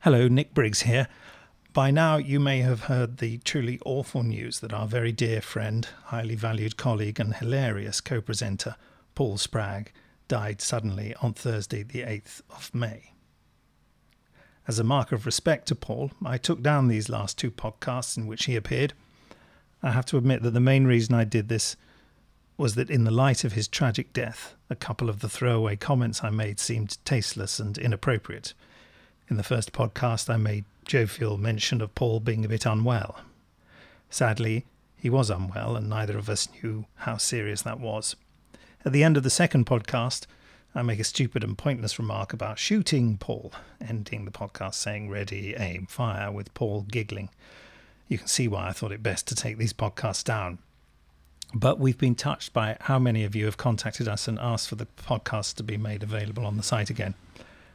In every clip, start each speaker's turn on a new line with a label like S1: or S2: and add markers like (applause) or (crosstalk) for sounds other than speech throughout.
S1: Hello, Nick Briggs here. By now, you may have heard the truly awful news that our very dear friend, highly valued colleague, and hilarious co presenter, Paul Spragg, died suddenly on Thursday, the 8th of May. As a mark of respect to Paul, I took down these last two podcasts in which he appeared. I have to admit that the main reason I did this was that, in the light of his tragic death, a couple of the throwaway comments I made seemed tasteless and inappropriate. In the first podcast, I made jovial mention of Paul being a bit unwell. Sadly, he was unwell, and neither of us knew how serious that was. At the end of the second podcast, I make a stupid and pointless remark about shooting Paul, ending the podcast saying, Ready, aim, fire, with Paul giggling. You can see why I thought it best to take these podcasts down. But we've been touched by how many of you have contacted us and asked for the podcasts to be made available on the site again.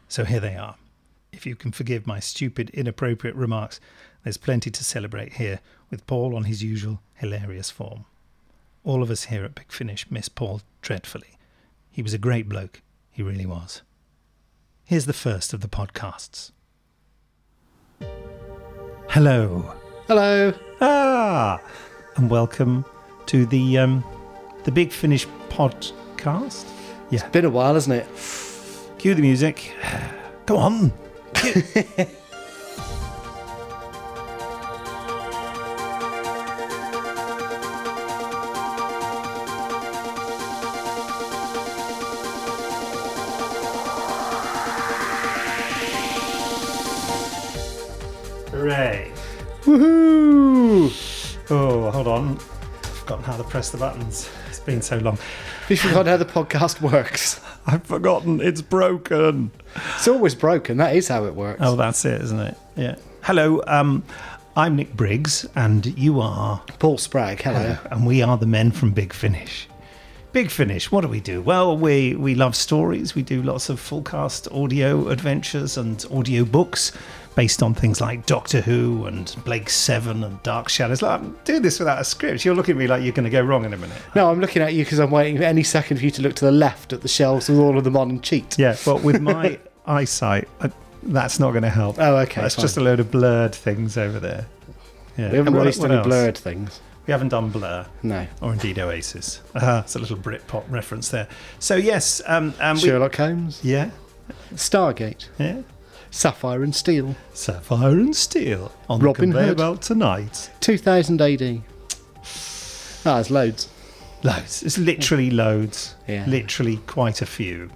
S1: So here they are. If you can forgive my stupid, inappropriate remarks, there's plenty to celebrate here with Paul on his usual hilarious form. All of us here at Big Finish miss Paul dreadfully. He was a great bloke, he really was. Here's the first of the podcasts. Hello.
S2: Hello.
S1: Ah, and welcome to the um, the Big Finish podcast. Yeah,
S2: Been a while, hasn't it?
S1: cue the music. Go on. Hooray!
S2: Woohoo!
S1: Oh, hold on. I've forgotten how to press the buttons. It's been so long.
S2: We've forgotten how the podcast works.
S1: I've forgotten. It's broken.
S2: It's always broken. That is how it works.
S1: Oh, that's it, isn't it? Yeah. Hello. Um, I'm Nick Briggs, and you are,
S2: Paul Spragg, hello.
S1: and we are the men from Big Finish. Big Finish. What do we do? Well, we we love stories. We do lots of full cast audio adventures and audio books based on things like Doctor Who and Blake Seven and Dark Shadows. Like, I'm doing this without a script. You're looking at me like you're going to go wrong in a minute.
S2: No, I'm looking at you because I'm waiting for any second for you to look to the left at the shelves with all of them on and cheat.
S1: Yeah, but with my (laughs) eyesight, I, that's not going to help.
S2: Oh, okay,
S1: That's
S2: fine.
S1: just a load of blurred things over there. Yeah.
S2: We haven't
S1: And what-
S2: released
S1: what
S2: any
S1: else?
S2: blurred things.
S1: We haven't done Blur,
S2: No.
S1: or indeed Oasis. Uh, it's a little Britpop reference there. So yes, um, and we,
S2: Sherlock Holmes,
S1: yeah,
S2: Stargate,
S1: yeah.
S2: Sapphire and Steel,
S1: Sapphire and Steel on
S2: Robin
S1: the conveyor
S2: Hood.
S1: belt tonight.
S2: 2000 AD. Ah, there's loads.
S1: Loads. It's literally loads.
S2: Yeah.
S1: Literally quite a few.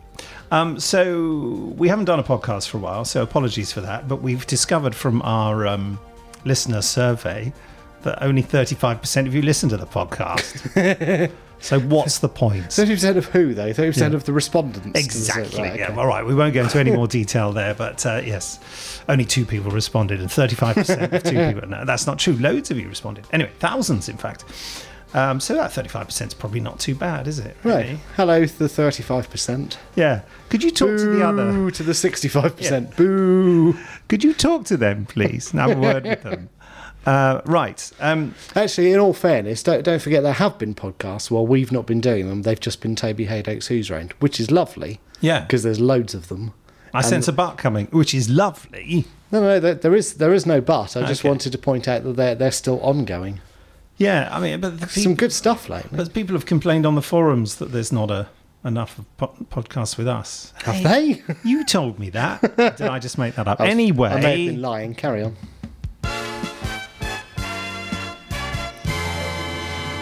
S1: Um, so we haven't done a podcast for a while, so apologies for that. But we've discovered from our um, listener survey that only 35% of you listen to the podcast. so what's the point?
S2: 30% of who, though? 30% of the respondents. is it? uh,
S1: Exactly.
S2: Right,
S1: yeah.
S2: okay.
S1: All right. We won't go into any more detail there, but uh, yes, only two people responded, and 35% of two people. No, that's not true. Loads of you responded. Anyway, thousands, in fact. Um, so that 35% is probably not too bad, is it?
S2: Right.
S1: really?
S2: Hello, to the 35%.
S1: Yeah. Could you talk to the other?
S2: Boo to the 65%. Boo.
S1: Could you talk to them, please, and have a word with
S2: (laughs)
S1: them? Uh, right. Um,
S2: Actually, in all fairness, don't, don't forget there have been podcasts while we've not been doing them. They've just been Toby Haydock's Who's Round, which is lovely
S1: yeah.
S2: because there's loads of them.
S1: I sense a butt coming, which is lovely.
S2: No, no, there, there is there is no but. I just
S1: Okay.
S2: wanted to point out that they're they're still ongoing.
S1: Yeah. I mean, but the people,
S2: Some good stuff lately,
S1: but people have complained on the forums that there's not a enough of po- podcasts with us.
S2: have they?
S1: You told me that. Did I just make that up? anyway,
S2: (laughs) I may have been lying. Carry on.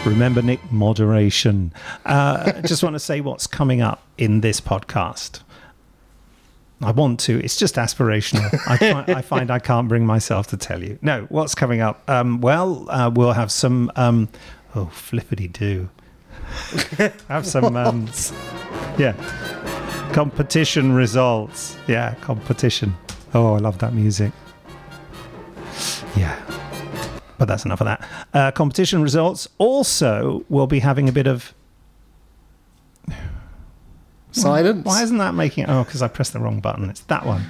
S1: remember, Nick, moderation. Uh, just want to say what's coming up in this podcast. I want to. It's just aspirational. I, fi- I find I can't bring myself to tell you. No, what's coming up? Um, well, uh, we'll have some. Um, oh, flippity do. have some. Um, yeah. Competition results. Yeah, competition. Oh, I love that music. Yeah. But that's enough of that. Uh, competition results. Also, we'll be having a bit of.
S2: Silence.
S1: Why isn't that making. Oh, because I pressed the wrong button. It's that one.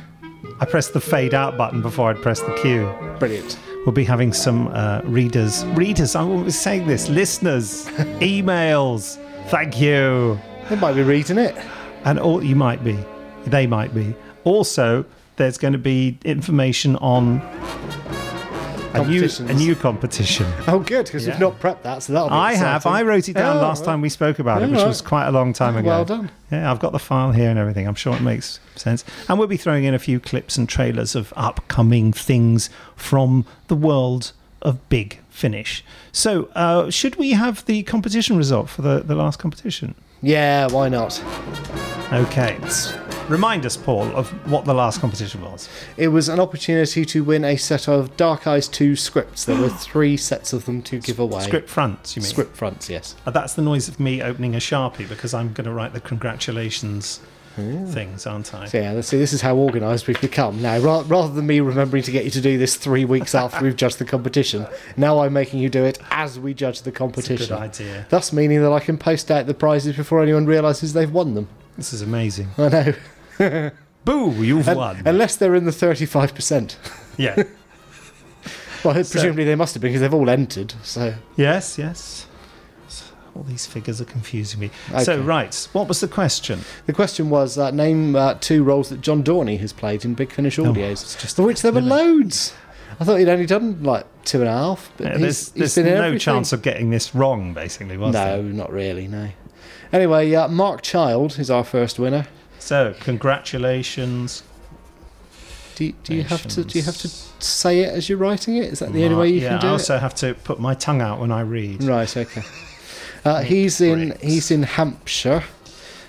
S1: I pressed the fade out button before I'd pressed the cue.
S2: Brilliant.
S1: We'll be having some uh, readers. Readers, I'm always saying this. Listeners, emails. Thank you.
S2: They might be reading it.
S1: and all you might be, they might be. Also, there's going to be information on a new, a
S2: Competitions.
S1: new competition.
S2: Oh, good, because
S1: Yeah.
S2: we've not prepped that, so that'll be
S1: I have. I
S2: exciting.
S1: wrote it down
S2: Oh,
S1: last time we spoke about it,
S2: Yeah,
S1: which
S2: right.
S1: was quite a long time ago.
S2: Well done.
S1: Yeah, I've got the file here and everything. I'm sure it makes sense. And we'll be throwing in a few clips and trailers of upcoming things from the world of Big Finish. So, uh, should we have the competition result for the, the last competition?
S2: Yeah, why not?
S1: Okay. Remind us, Paul, of what the last competition was.
S2: It was an opportunity to win a set of Dark Eyes 2 scripts.
S1: (gasps)
S2: There were three sets of them to give away.
S1: Script fronts, you mean?
S2: Script fronts, yes.
S1: Uh, that's the noise of me opening a Sharpie because I'm going to write the congratulations things, aren't I?
S2: So yeah, let's see. This is how organised we've become now. Ra- rather than me remembering to get you to do this three weeks after we've judged the competition, now I'm making you do it as we judge the competition.
S1: Good idea.
S2: Thus, meaning that I can post out the prizes before anyone realises they've won them.
S1: This is amazing.
S2: I know,
S1: Boo, you've
S2: Un-
S1: won.
S2: unless they're in the thirty-five percent. (laughs)
S1: yeah.
S2: Well, presumably they must have been because they've all entered. So
S1: (laughs) Yes, yes. S- All these figures are confusing me.
S2: Okay.
S1: So, right, what was the question?
S2: the question was: uh, name uh, two roles that John Dorney has played in Big Finish
S1: Oh,
S2: audios,
S1: it's just-
S2: of which there were
S1: no,
S2: loads. I thought he'd only done like two and a half, but
S1: Uh,
S2: he's,
S1: there's
S2: he's
S1: there's
S2: been in
S1: no
S2: everything.
S1: chance of getting this wrong, basically, was there?
S2: no, not really. No. Anyway, uh, Mark Child is our first winner.
S1: So, congratulations.
S2: Do, you- do you have to? Do you have to say it as you're writing it? Is that the only way you
S1: yeah,
S2: can do
S1: I
S2: it?
S1: also have to put my tongue out when I read.
S2: Right. Okay. Uh, he's in.
S1: bricks.
S2: He's in Hampshire.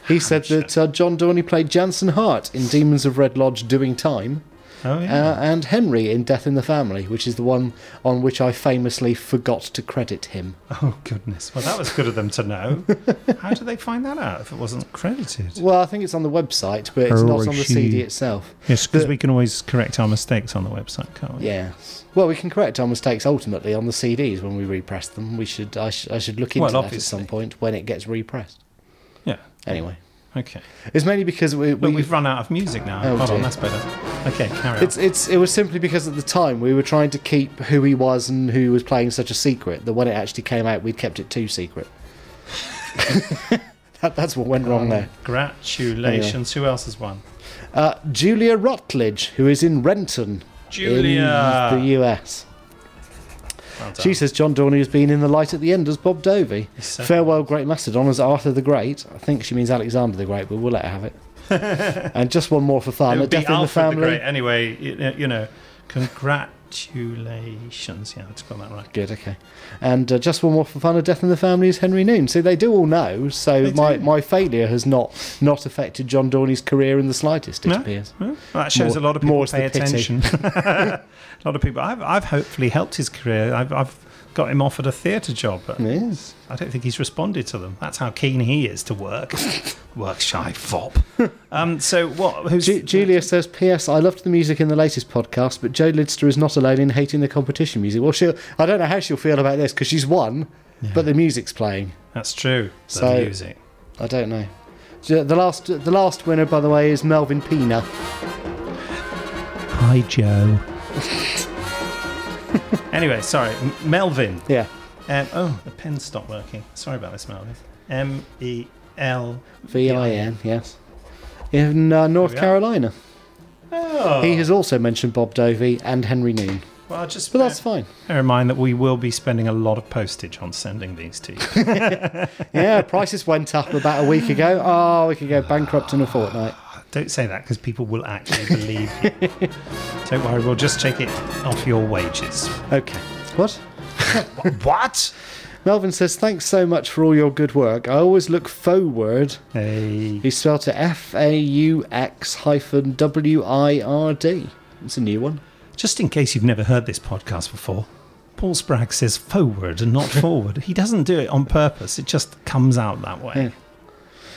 S2: He said that uh, John Dorney played Jansen Hart in Demons of Red Lodge doing time,
S1: Oh, yeah.
S2: uh, and Henry in Death in the Family, which is the one on which I famously forgot to credit him.
S1: (laughs) oh, goodness. Well, that was good of them to
S2: (laughs)
S1: know. How did they find that out if it wasn't credited?
S2: Well, I think it's on the website, but it's not on the
S1: Hershey.
S2: CD itself.
S1: Yes,
S2: because
S1: because
S2: the-
S1: we can always correct our mistakes on the website, can't we?
S2: Yes. Well, we can correct our mistakes ultimately on the CDs when we repress them. We should. I, sh- I should look into
S1: Well,
S2: that at
S1: obviously.
S2: some point when it gets repressed.
S1: Yeah.
S2: Anyway,
S1: Okay.
S2: it's mainly because we,
S1: But
S2: we-
S1: we've run out of music now.
S2: Oh,
S1: Hold on,
S2: dear.
S1: that's better. Okay, carry on.
S2: It's it's it was simply because at the time we were trying to keep who he was and who was playing such a secret that when it actually came out we'd kept it too secret. (laughs) that, that's what went wrong there.
S1: Congratulations. Who else has won?
S2: Uh, Julia Rutledge, who is in Renton,
S1: Julia.
S2: in the US.
S1: Well done.
S2: She says John Dorney has been in the light at the end as Bob Dovey.
S1: Yes, sir.
S2: Farewell, Great Mastodon, as Arthur the Great. I think she means Alexander the Great, but we'll let her have it.
S1: (laughs)
S2: and just one more for
S1: It
S2: fun.
S1: would
S2: At
S1: be
S2: Death in the
S1: Alfred
S2: Family.
S1: Great. Anyway, you, you know, congratulations. Yeah, I just got that right.
S2: Good, okay. And uh, just one more for fun, A Death in the Family is Henry Noon. So they do all know, so
S1: They
S2: my,
S1: do.
S2: my failure has not not affected John Dorney's career in the slightest, it
S1: No?
S2: appears.
S1: Hmm? Well, that shows
S2: More-
S1: a lot of people
S2: more's the
S1: pay
S2: pity.
S1: attention. (laughs) a lot of people. I've, I've hopefully helped his career. I've, I've got him offered a theatre job, but
S2: Yes.
S1: I don't think he's responded to them. That's how keen he is to work. (laughs) work shy
S2: (laughs)
S1: fop. Um, so what? Who's
S2: Ju- Julia says, P.S. I loved the music in the latest podcast, but Joe Lidster is not alone in hating the competition music. Well, she'll, I don't know how she'll feel about this because she's won, but the music's playing.
S1: That's true. The
S2: So-
S1: music.
S2: I don't know. So The last, the last winner, by the way, is Melvin Pina.
S1: Hi, Joe. (laughs) anyway, sorry, M- Melvin.
S2: Yeah.
S1: Um, oh, the pen's stopped working. Sorry about this, Melvin. M E L.
S2: V I N, yes. In uh, North
S1: we are.
S2: Carolina.
S1: Oh,
S2: He has also mentioned Bob Dovey and Henry Noon.
S1: well, just
S2: But that's
S1: bear-
S2: fine.
S1: bear in mind that we will be spending a lot of postage on sending these to you.
S2: Yeah, (laughs) prices went up about a week ago. Oh, we could go bankrupt in a fortnight.
S1: Don't say that because people will actually believe you. Don't worry, we'll just take it off your wages.
S2: Okay. What?
S1: what?
S2: Melvin says, thanks so much for all your good work. I always look forward.
S1: Hey.
S2: He spelled it F A U X hyphen W I R D. It's a new one.
S1: Just in case you've never heard this podcast before, Paul Spragg says forward and
S2: (laughs)
S1: not forward. He doesn't do it on purpose, it just comes out that way.
S2: Yeah.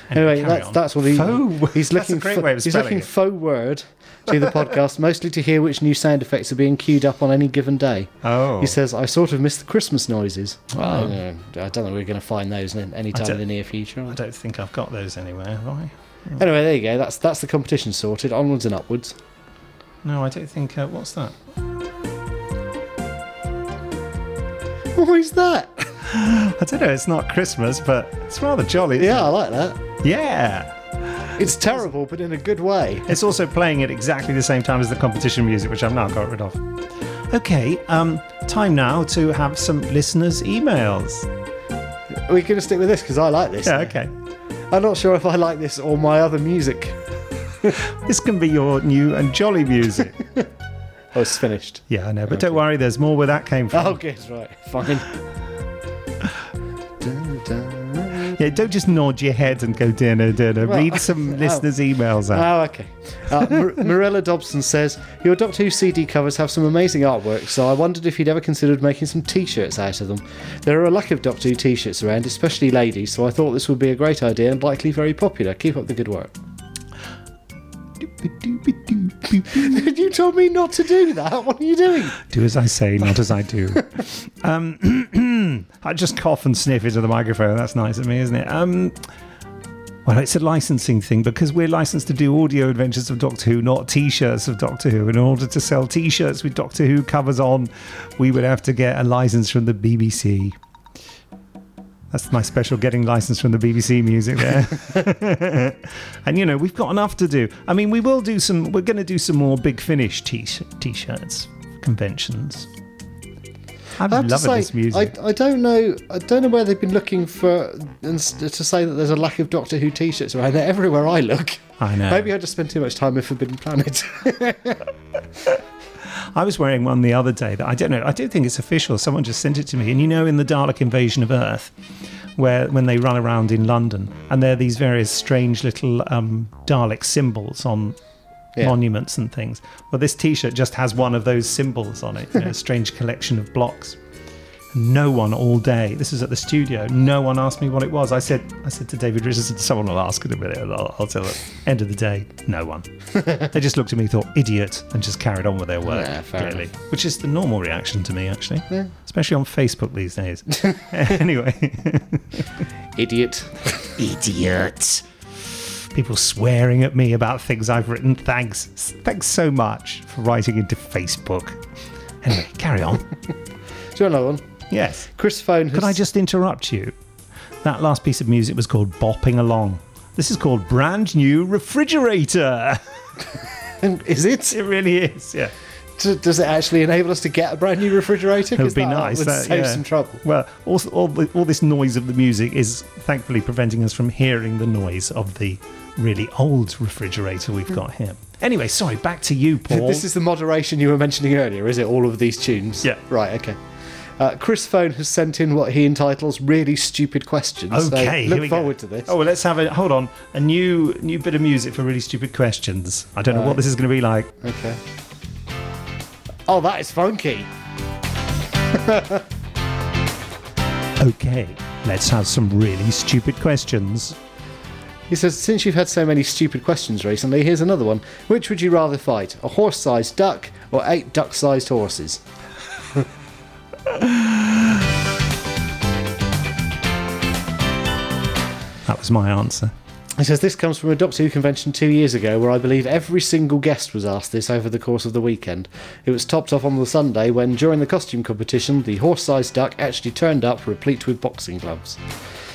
S2: Anyway, that's, that's what he,
S1: Forward.
S2: he's
S1: That's a
S2: looking
S1: great
S2: for.
S1: way of
S2: he's
S1: spelling
S2: looking
S1: it.
S2: forward to the podcast, mostly to hear which new sound effects are being queued up on any given day.
S1: Oh.
S2: He says, I sort of miss the Christmas noises. I, don't know. I don't think we're going to find those in any time in
S1: don't-
S2: the near future.
S1: I don't think I've got those anywhere, have I?
S2: Anyway, there you go. That's that's the competition sorted. Onwards and upwards.
S1: No, I don't think. Uh, what's that?
S2: What is that?
S1: I don't know. It's not Christmas, but it's rather jolly. isn't
S2: Yeah,
S1: it?
S2: I like that.
S1: Yeah.
S2: It's terrible, but in a good way.
S1: It's also playing at exactly the same time as the competition music, which I've now got rid of. Okay, um, time now to have some listeners' emails.
S2: We're going to stick with this because I like this.
S1: Yeah, okay.
S2: I'm not sure if I like this or my other music.
S1: This can be your new and jolly music.
S2: Oh, it's finished.
S1: yeah, I know, but don't worry, there's more where that came from.
S2: Oh, good, right, (laughs) fine. Dun, dun.
S1: Yeah, don't just nod your head and go dinner, dinner.
S2: Oh. Well,
S1: Read some listeners' emails out.
S2: Oh, okay. Uh, Mar- Marilla Dobson says your Doctor Who CD covers have some amazing artwork, so I wondered if you'd ever considered making some T-shirts out of them. There are a lack of Doctor Who T-shirts around, especially ladies, so I thought this would be a great idea and likely very popular. Keep up the good work. (laughs) you told me not to do that. What are you doing?
S1: Do as I say, not as I do. um, I just cough and sniff into the microphone. That's nice of me, isn't it? Um, well, it's a licensing thing because we're licensed to do audio adventures of Doctor Who, not t shirts of Doctor Who. In order to sell t shirts with Doctor Who covers on, we would have to get a license from the BBC. That's my special getting license from the BBC music there.
S2: (laughs)
S1: and you know, we've got enough to do. I mean, we will do some, we're going to do some more Big Finish t shirts conventions. I'm
S2: I have
S1: loving
S2: to say,
S1: this music.
S2: I, I don't know. I don't know where they've been looking for and s- to say that there's a lack of Doctor Who T-shirts around. They're everywhere I look.
S1: I, know.
S2: Maybe I just spend too much time in Forbidden Planet. (laughs)
S1: I was wearing one the other day that I don't know. I don't think it's official. Someone just sent it to me. And you know, in the Dalek Invasion of Earth, where when they run around in London, and there are these various strange little um, Dalek symbols on
S2: Yeah.
S1: monuments and things. Well, this T-shirt just has one of those symbols on it. You
S2: (laughs)
S1: know, a strange collection of blocks. No one all day. This is at the studio. No one asked me what it was. I said, I said to David Richardson, someone will ask in a minute. and I'll, I'll tell them. End of the day, no
S2: (laughs)
S1: one. they just looked at me, thought idiot, and just carried on with their work.
S2: Yeah, fair
S1: clearly, which is the normal reaction to me, actually, especially on Facebook these
S2: (laughs)
S1: days. (laughs) anyway,
S2: Idiot.
S1: idiot. People swearing at me about things I've written. Thanks, thanks so much for writing into Facebook.
S2: (laughs)
S1: Anyway, carry on.
S2: Do you want another one?
S1: Yes.
S2: Chris Phone. Has,
S1: Could I just interrupt you? That last piece of music was called Bopping Along. This is called Brand New Refrigerator. (laughs)
S2: (laughs) Is it?
S1: It really is, yeah.
S2: D- Does it actually enable us to get a brand new refrigerator?
S1: It would be
S2: that
S1: nice.
S2: Would
S1: that-
S2: save
S1: yeah.
S2: some trouble.
S1: Well, also, all, the, all this noise of the music is thankfully preventing us from hearing the noise of the really old refrigerator we've got here. Anyway, sorry, back to
S2: (laughs)
S1: you, Paul.
S2: Hmm. This is the moderation you were mentioning earlier, is it? All of these tunes.
S1: Yeah.
S2: Right. Okay. Uh, Chris Phone has sent in what he entitles "really stupid questions." so
S1: okay. here
S2: look
S1: we go.
S2: forward to this.
S1: Oh, well, let's have a hold on a new new bit of music for really stupid questions. I don't know what this is going to be like.
S2: Okay. Oh, that is funky.
S1: Okay, let's have some really stupid questions.
S2: He says, Since you've had so many stupid questions recently, here's another one. Which would you rather fight? A horse sized duck or eight duck sized horses?
S1: That was my answer. (laughs)
S2: He says, This comes from a Doctor Who convention two years ago where I believe every single guest was asked this over the course of the weekend. It was topped off on the Sunday when, during the costume competition, the horse sized duck actually turned up replete with boxing gloves.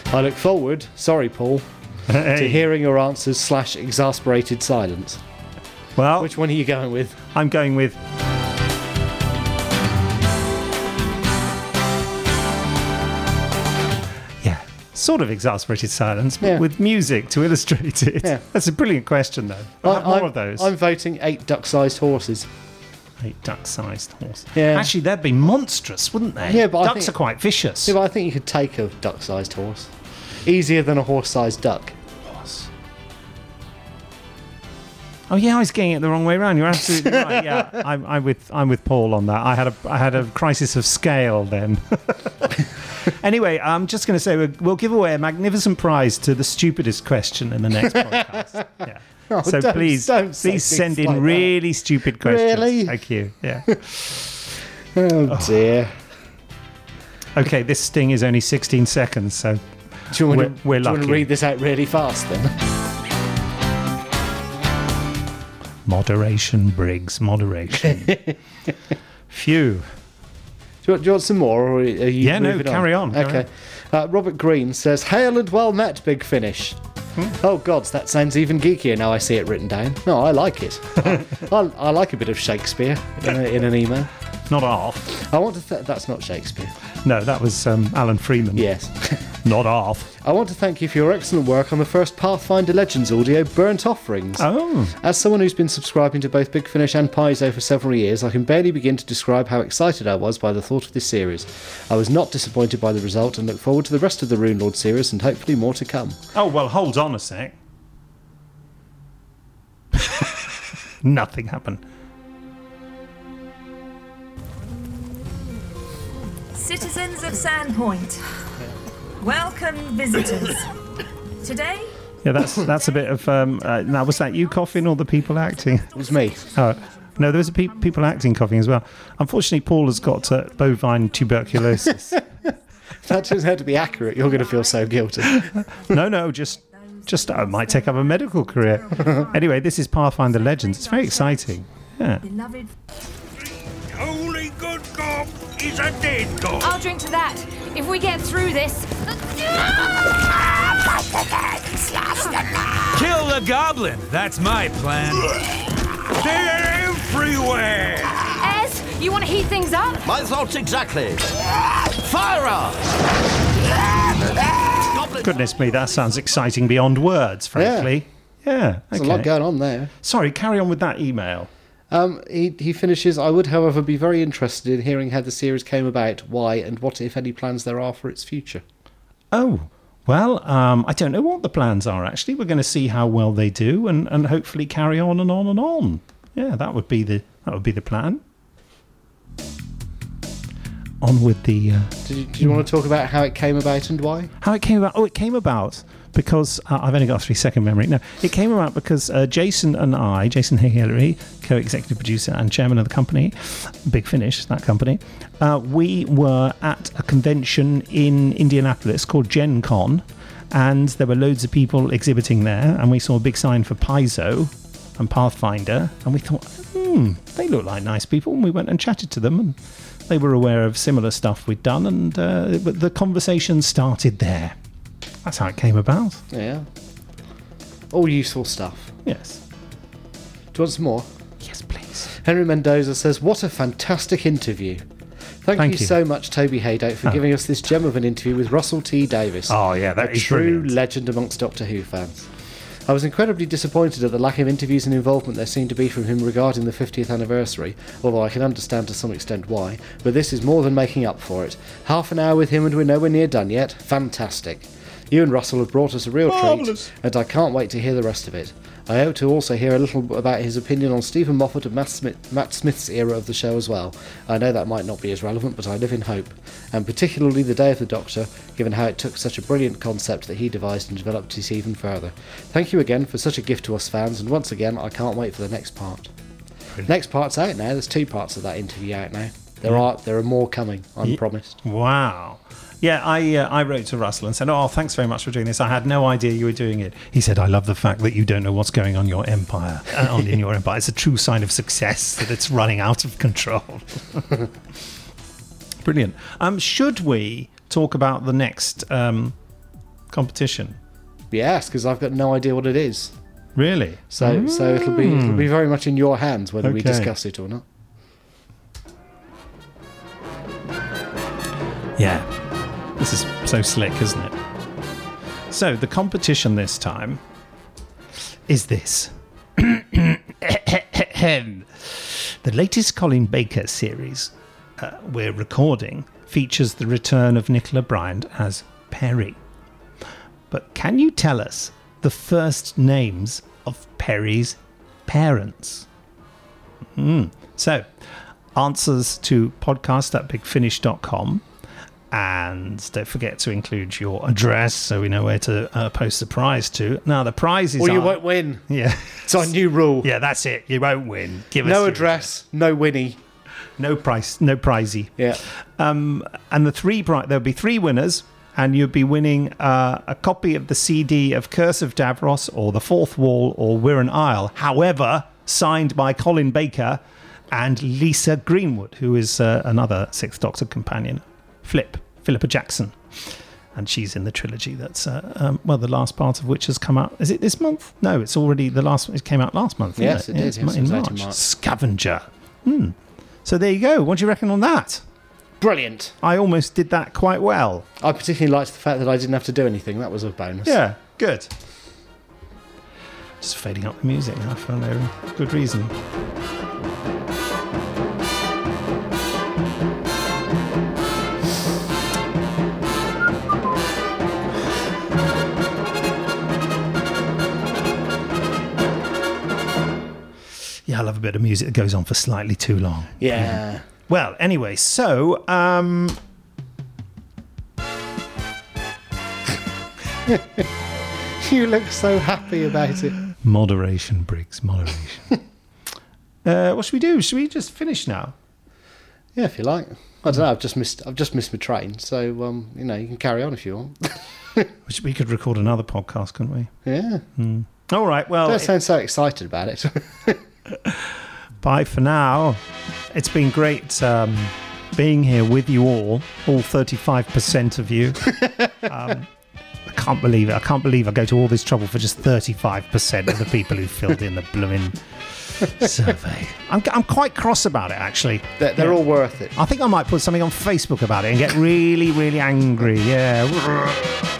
S2: I look forward, sorry Paul, to
S1: Hey.
S2: hearing your answers slash exasperated silence.
S1: well,
S2: Which one are you going with?
S1: I'm going with. Yeah, Sort of exasperated silence, but
S2: Yeah.
S1: with music to illustrate it.
S2: Yeah.
S1: That's a brilliant question, though. We'll have
S2: I-
S1: more
S2: I'm-
S1: of those.
S2: I'm voting eight duck sized horses.
S1: Eight duck-sized horse.
S2: Yeah.
S1: Actually, they'd be monstrous, wouldn't they?
S2: Yeah, but I
S1: ducks
S2: think-
S1: are quite vicious.
S2: Yeah, but I think you could take a duck sized horse. Easier than a horse sized duck.
S1: Horse. Oh yeah, I was getting it the wrong way around. You're
S2: (laughs)
S1: absolutely right. Yeah, I'm, I'm with I'm with Paul on that. I had a I had a crisis of scale then. (laughs) anyway, I'm just going to say we'll, we'll give away a magnificent prize to the stupidest question in the
S2: (laughs)
S1: next podcast. Yeah.
S2: Oh,
S1: so
S2: don't-
S1: please,
S2: don't say
S1: please
S2: things
S1: send in
S2: like that.
S1: really stupid questions.
S2: Really?
S1: Thank you. Yeah.
S2: Oh dear.
S1: Okay, this sting is only 16 seconds, so
S2: Do you want
S1: We're-
S2: to,
S1: we're
S2: do you want
S1: lucky.
S2: to read this out really fast then?
S1: moderation, Briggs, moderation. Phew.
S2: Do you, want, do you want some more, or are you
S1: Yeah, no,
S2: moving
S1: carry on, carry
S2: okay. Uh, Robert Green says, "Hail and well met, Big Finish."
S1: Hmm.
S2: Oh, gods, that sounds even geekier now I see it written down. No, I
S1: (laughs)
S2: like it. I, I like a bit of Shakespeare in, a, in an email.
S1: Not art.
S2: I want to. Th- that's not Shakespeare.
S1: No, that was um, Alan Freeman.
S2: Yes.
S1: Not art.
S2: I want to thank you for your excellent work on the first Pathfinder Legends audio Burnt Offerings.
S1: Oh.
S2: As someone who's been subscribing to both Big Finish and Paizo for several years, I can barely begin to describe how excited I was by the thought of this series. I was not disappointed by the result and look forward to the rest of the Rune Lord series and hopefully more to come.
S1: Oh, well, hold on a sec. (laughs) Nothing happened.
S3: Citizens of Sandpoint, welcome visitors. Today,
S1: Yeah, that's that's a bit of. Um, uh, now, was that you coughing or the people acting? (laughs)
S2: It was me.
S1: Oh, no, there was a pe- people acting coughing as well. Unfortunately, Paul has got uh, bovine tuberculosis.
S2: If (laughs) that turns out to be accurate, you're going to feel so guilty.
S1: no, no, just just I might take up a medical career. anyway, this is Pathfinder Legends. It's very exciting. Yeah.
S3: beloved.
S4: Holy good God is a dead God.
S5: I'll drink to that. If we get through this,
S4: Kill the goblin. That's my plan. They're everywhere.
S5: Ez, you want to heat things up?
S6: My thoughts exactly. Fire up!
S1: Goodness me, that sounds exciting beyond words, frankly. Yeah.
S2: There's
S1: okay.
S2: a lot going on there.
S1: Sorry, carry on with that email.
S2: Um, he, he finishes I would, however, be very interested in hearing how the series came about, why, and what, if any, plans there are for its future.
S1: Oh, well, um, I don't know what the plans are actually. We're going to see how well they do and, and hopefully carry on and on and on. Yeah, that would be the that would be the plan. On with the uh,
S2: Did you, do you want to talk about how it came about and why?
S1: how it came about. Oh, it came about because uh, I've only got a three second memory. No, it came about because uh, Jason and I, Jason Hillary, co executive producer and chairman of the company, Big Finish, that company, uh, we were at a convention in Indianapolis called Gen Con, and there were loads of people exhibiting there, and we saw a big sign for Paizo and Pathfinder, and we thought, hmm, they look like nice people, and we went and chatted to them, and they were aware of similar stuff we'd done, and uh, but the conversation started there. That's how it came about.
S2: Yeah. All useful stuff.
S1: Yes.
S2: Do you want some more?
S1: Yes, please.
S2: Henry Mendoza says, What a fantastic interview. Thank,
S1: Thank
S2: you,
S1: you.
S2: so much, Toby Haydock, for giving us this gem of an interview with Russell T. Davis.
S1: Oh, yeah, that
S2: a
S1: is
S2: true
S1: brilliant.
S2: legend amongst Doctor Who fans. I was incredibly disappointed at the lack of interviews and involvement there seemed to be from him regarding the 50th anniversary, although I can understand to some extent why, but this is more than making up for it. Half an hour with him and we're nowhere near done yet. Fantastic. You and Russell have brought us a real treat, and I can't wait to hear the rest of it. I hope to also hear a little about his opinion on Stephen Moffat and Matt, Smith, Matt Smith's era of the show as well. I know that might not be as relevant, but I live in hope, and particularly The Day of the Doctor, given how it took such a brilliant concept that he devised and developed it even further. Thank you again for such a gift to us fans, and once again, I can't wait for the next part. Next part's out now. There's two parts of that interview out now. There are there are more coming. I'm promised.
S1: Wow. Yeah, I uh, I wrote to Russell and said, "Oh, thanks very much for doing this. I had no idea you were doing it." He said, "I love the fact that you don't know what's going on your empire uh, on in your empire. It's a true sign of success that it's running out of control." Brilliant. Um, should we talk about the next um, competition?
S2: Yes, because I've got no idea what it is.
S1: Really?
S2: So so it'll be it'll be very much in your hands whether we
S1: Okay.
S2: discuss it or not.
S1: Yeah. This is so slick, isn't it? So, the competition this time is this (coughs) the latest Colin Baker series uh, we're recording features the return of Nicola Bryant as Perry. But can you tell us the first names of Perry's parents? Hmm. So, answers to podcast at bigfinish.com and don't forget to include your address so we know where to uh, post the prize to. Now the prizes
S2: Or
S1: are
S2: you won't win.
S1: yeah, (laughs)
S2: It's our new rule.
S1: yeah, that's it. You won't win. Give us
S2: No
S1: your-
S2: address, no Winnie.
S1: no price, no prizey.
S2: Yeah.
S1: Um, and the three pri- there'll be three winners, and you'll be winning uh, a copy of the CD of Curse of Davros or The Fourth Wall or We're an Isle. However, signed by Colin Baker and Lisa Greenwood, who is uh, another Sixth Doctor companion, Flip Philippa Jackson. and she's in the trilogy that's uh, um, well the last part of which has come out is it this month no it's already the last one it came out last month
S2: Yes,
S1: isn't
S2: it
S1: Yeah,
S2: did,
S1: it's
S2: yes,
S1: ma-
S2: it
S1: in
S2: was out
S1: March.
S2: in March.
S1: scavenger hmm. so there you go what do you reckon on that
S2: Brilliant.
S1: i almost did that quite well
S2: I particularly liked the fact that I didn't have to do anything. That was a bonus.
S1: yeah good just fading up the music now for no good reason yeah i love a bit of music that goes on for slightly too long
S2: Yeah.
S1: well, anyway, so um
S2: (laughs) You look so happy about it.
S1: moderation, Briggs, moderation. (laughs) uh, what should we do? Should we just finish now?
S2: Yeah, if you like. I don't know. I've just missed. I've just missed my train. So um, you know, you can carry on if you want.
S1: Which we could record another podcast, couldn't we? Hmm.
S2: Yeah.
S1: All right. Well,
S2: Don't sound so excited about it. (laughs)
S1: bye for now. It's been great um, being here with you all, all 35% of (laughs) you. um, I can't believe it. I can't believe I go to all this trouble for just 35% of the people who filled in the (laughs) blooming survey. I'm, I'm quite cross about it, actually.
S2: they're they're
S1: Yeah.
S2: all worth it.
S1: I think I might put something on Facebook about it and get really, really angry. Yeah.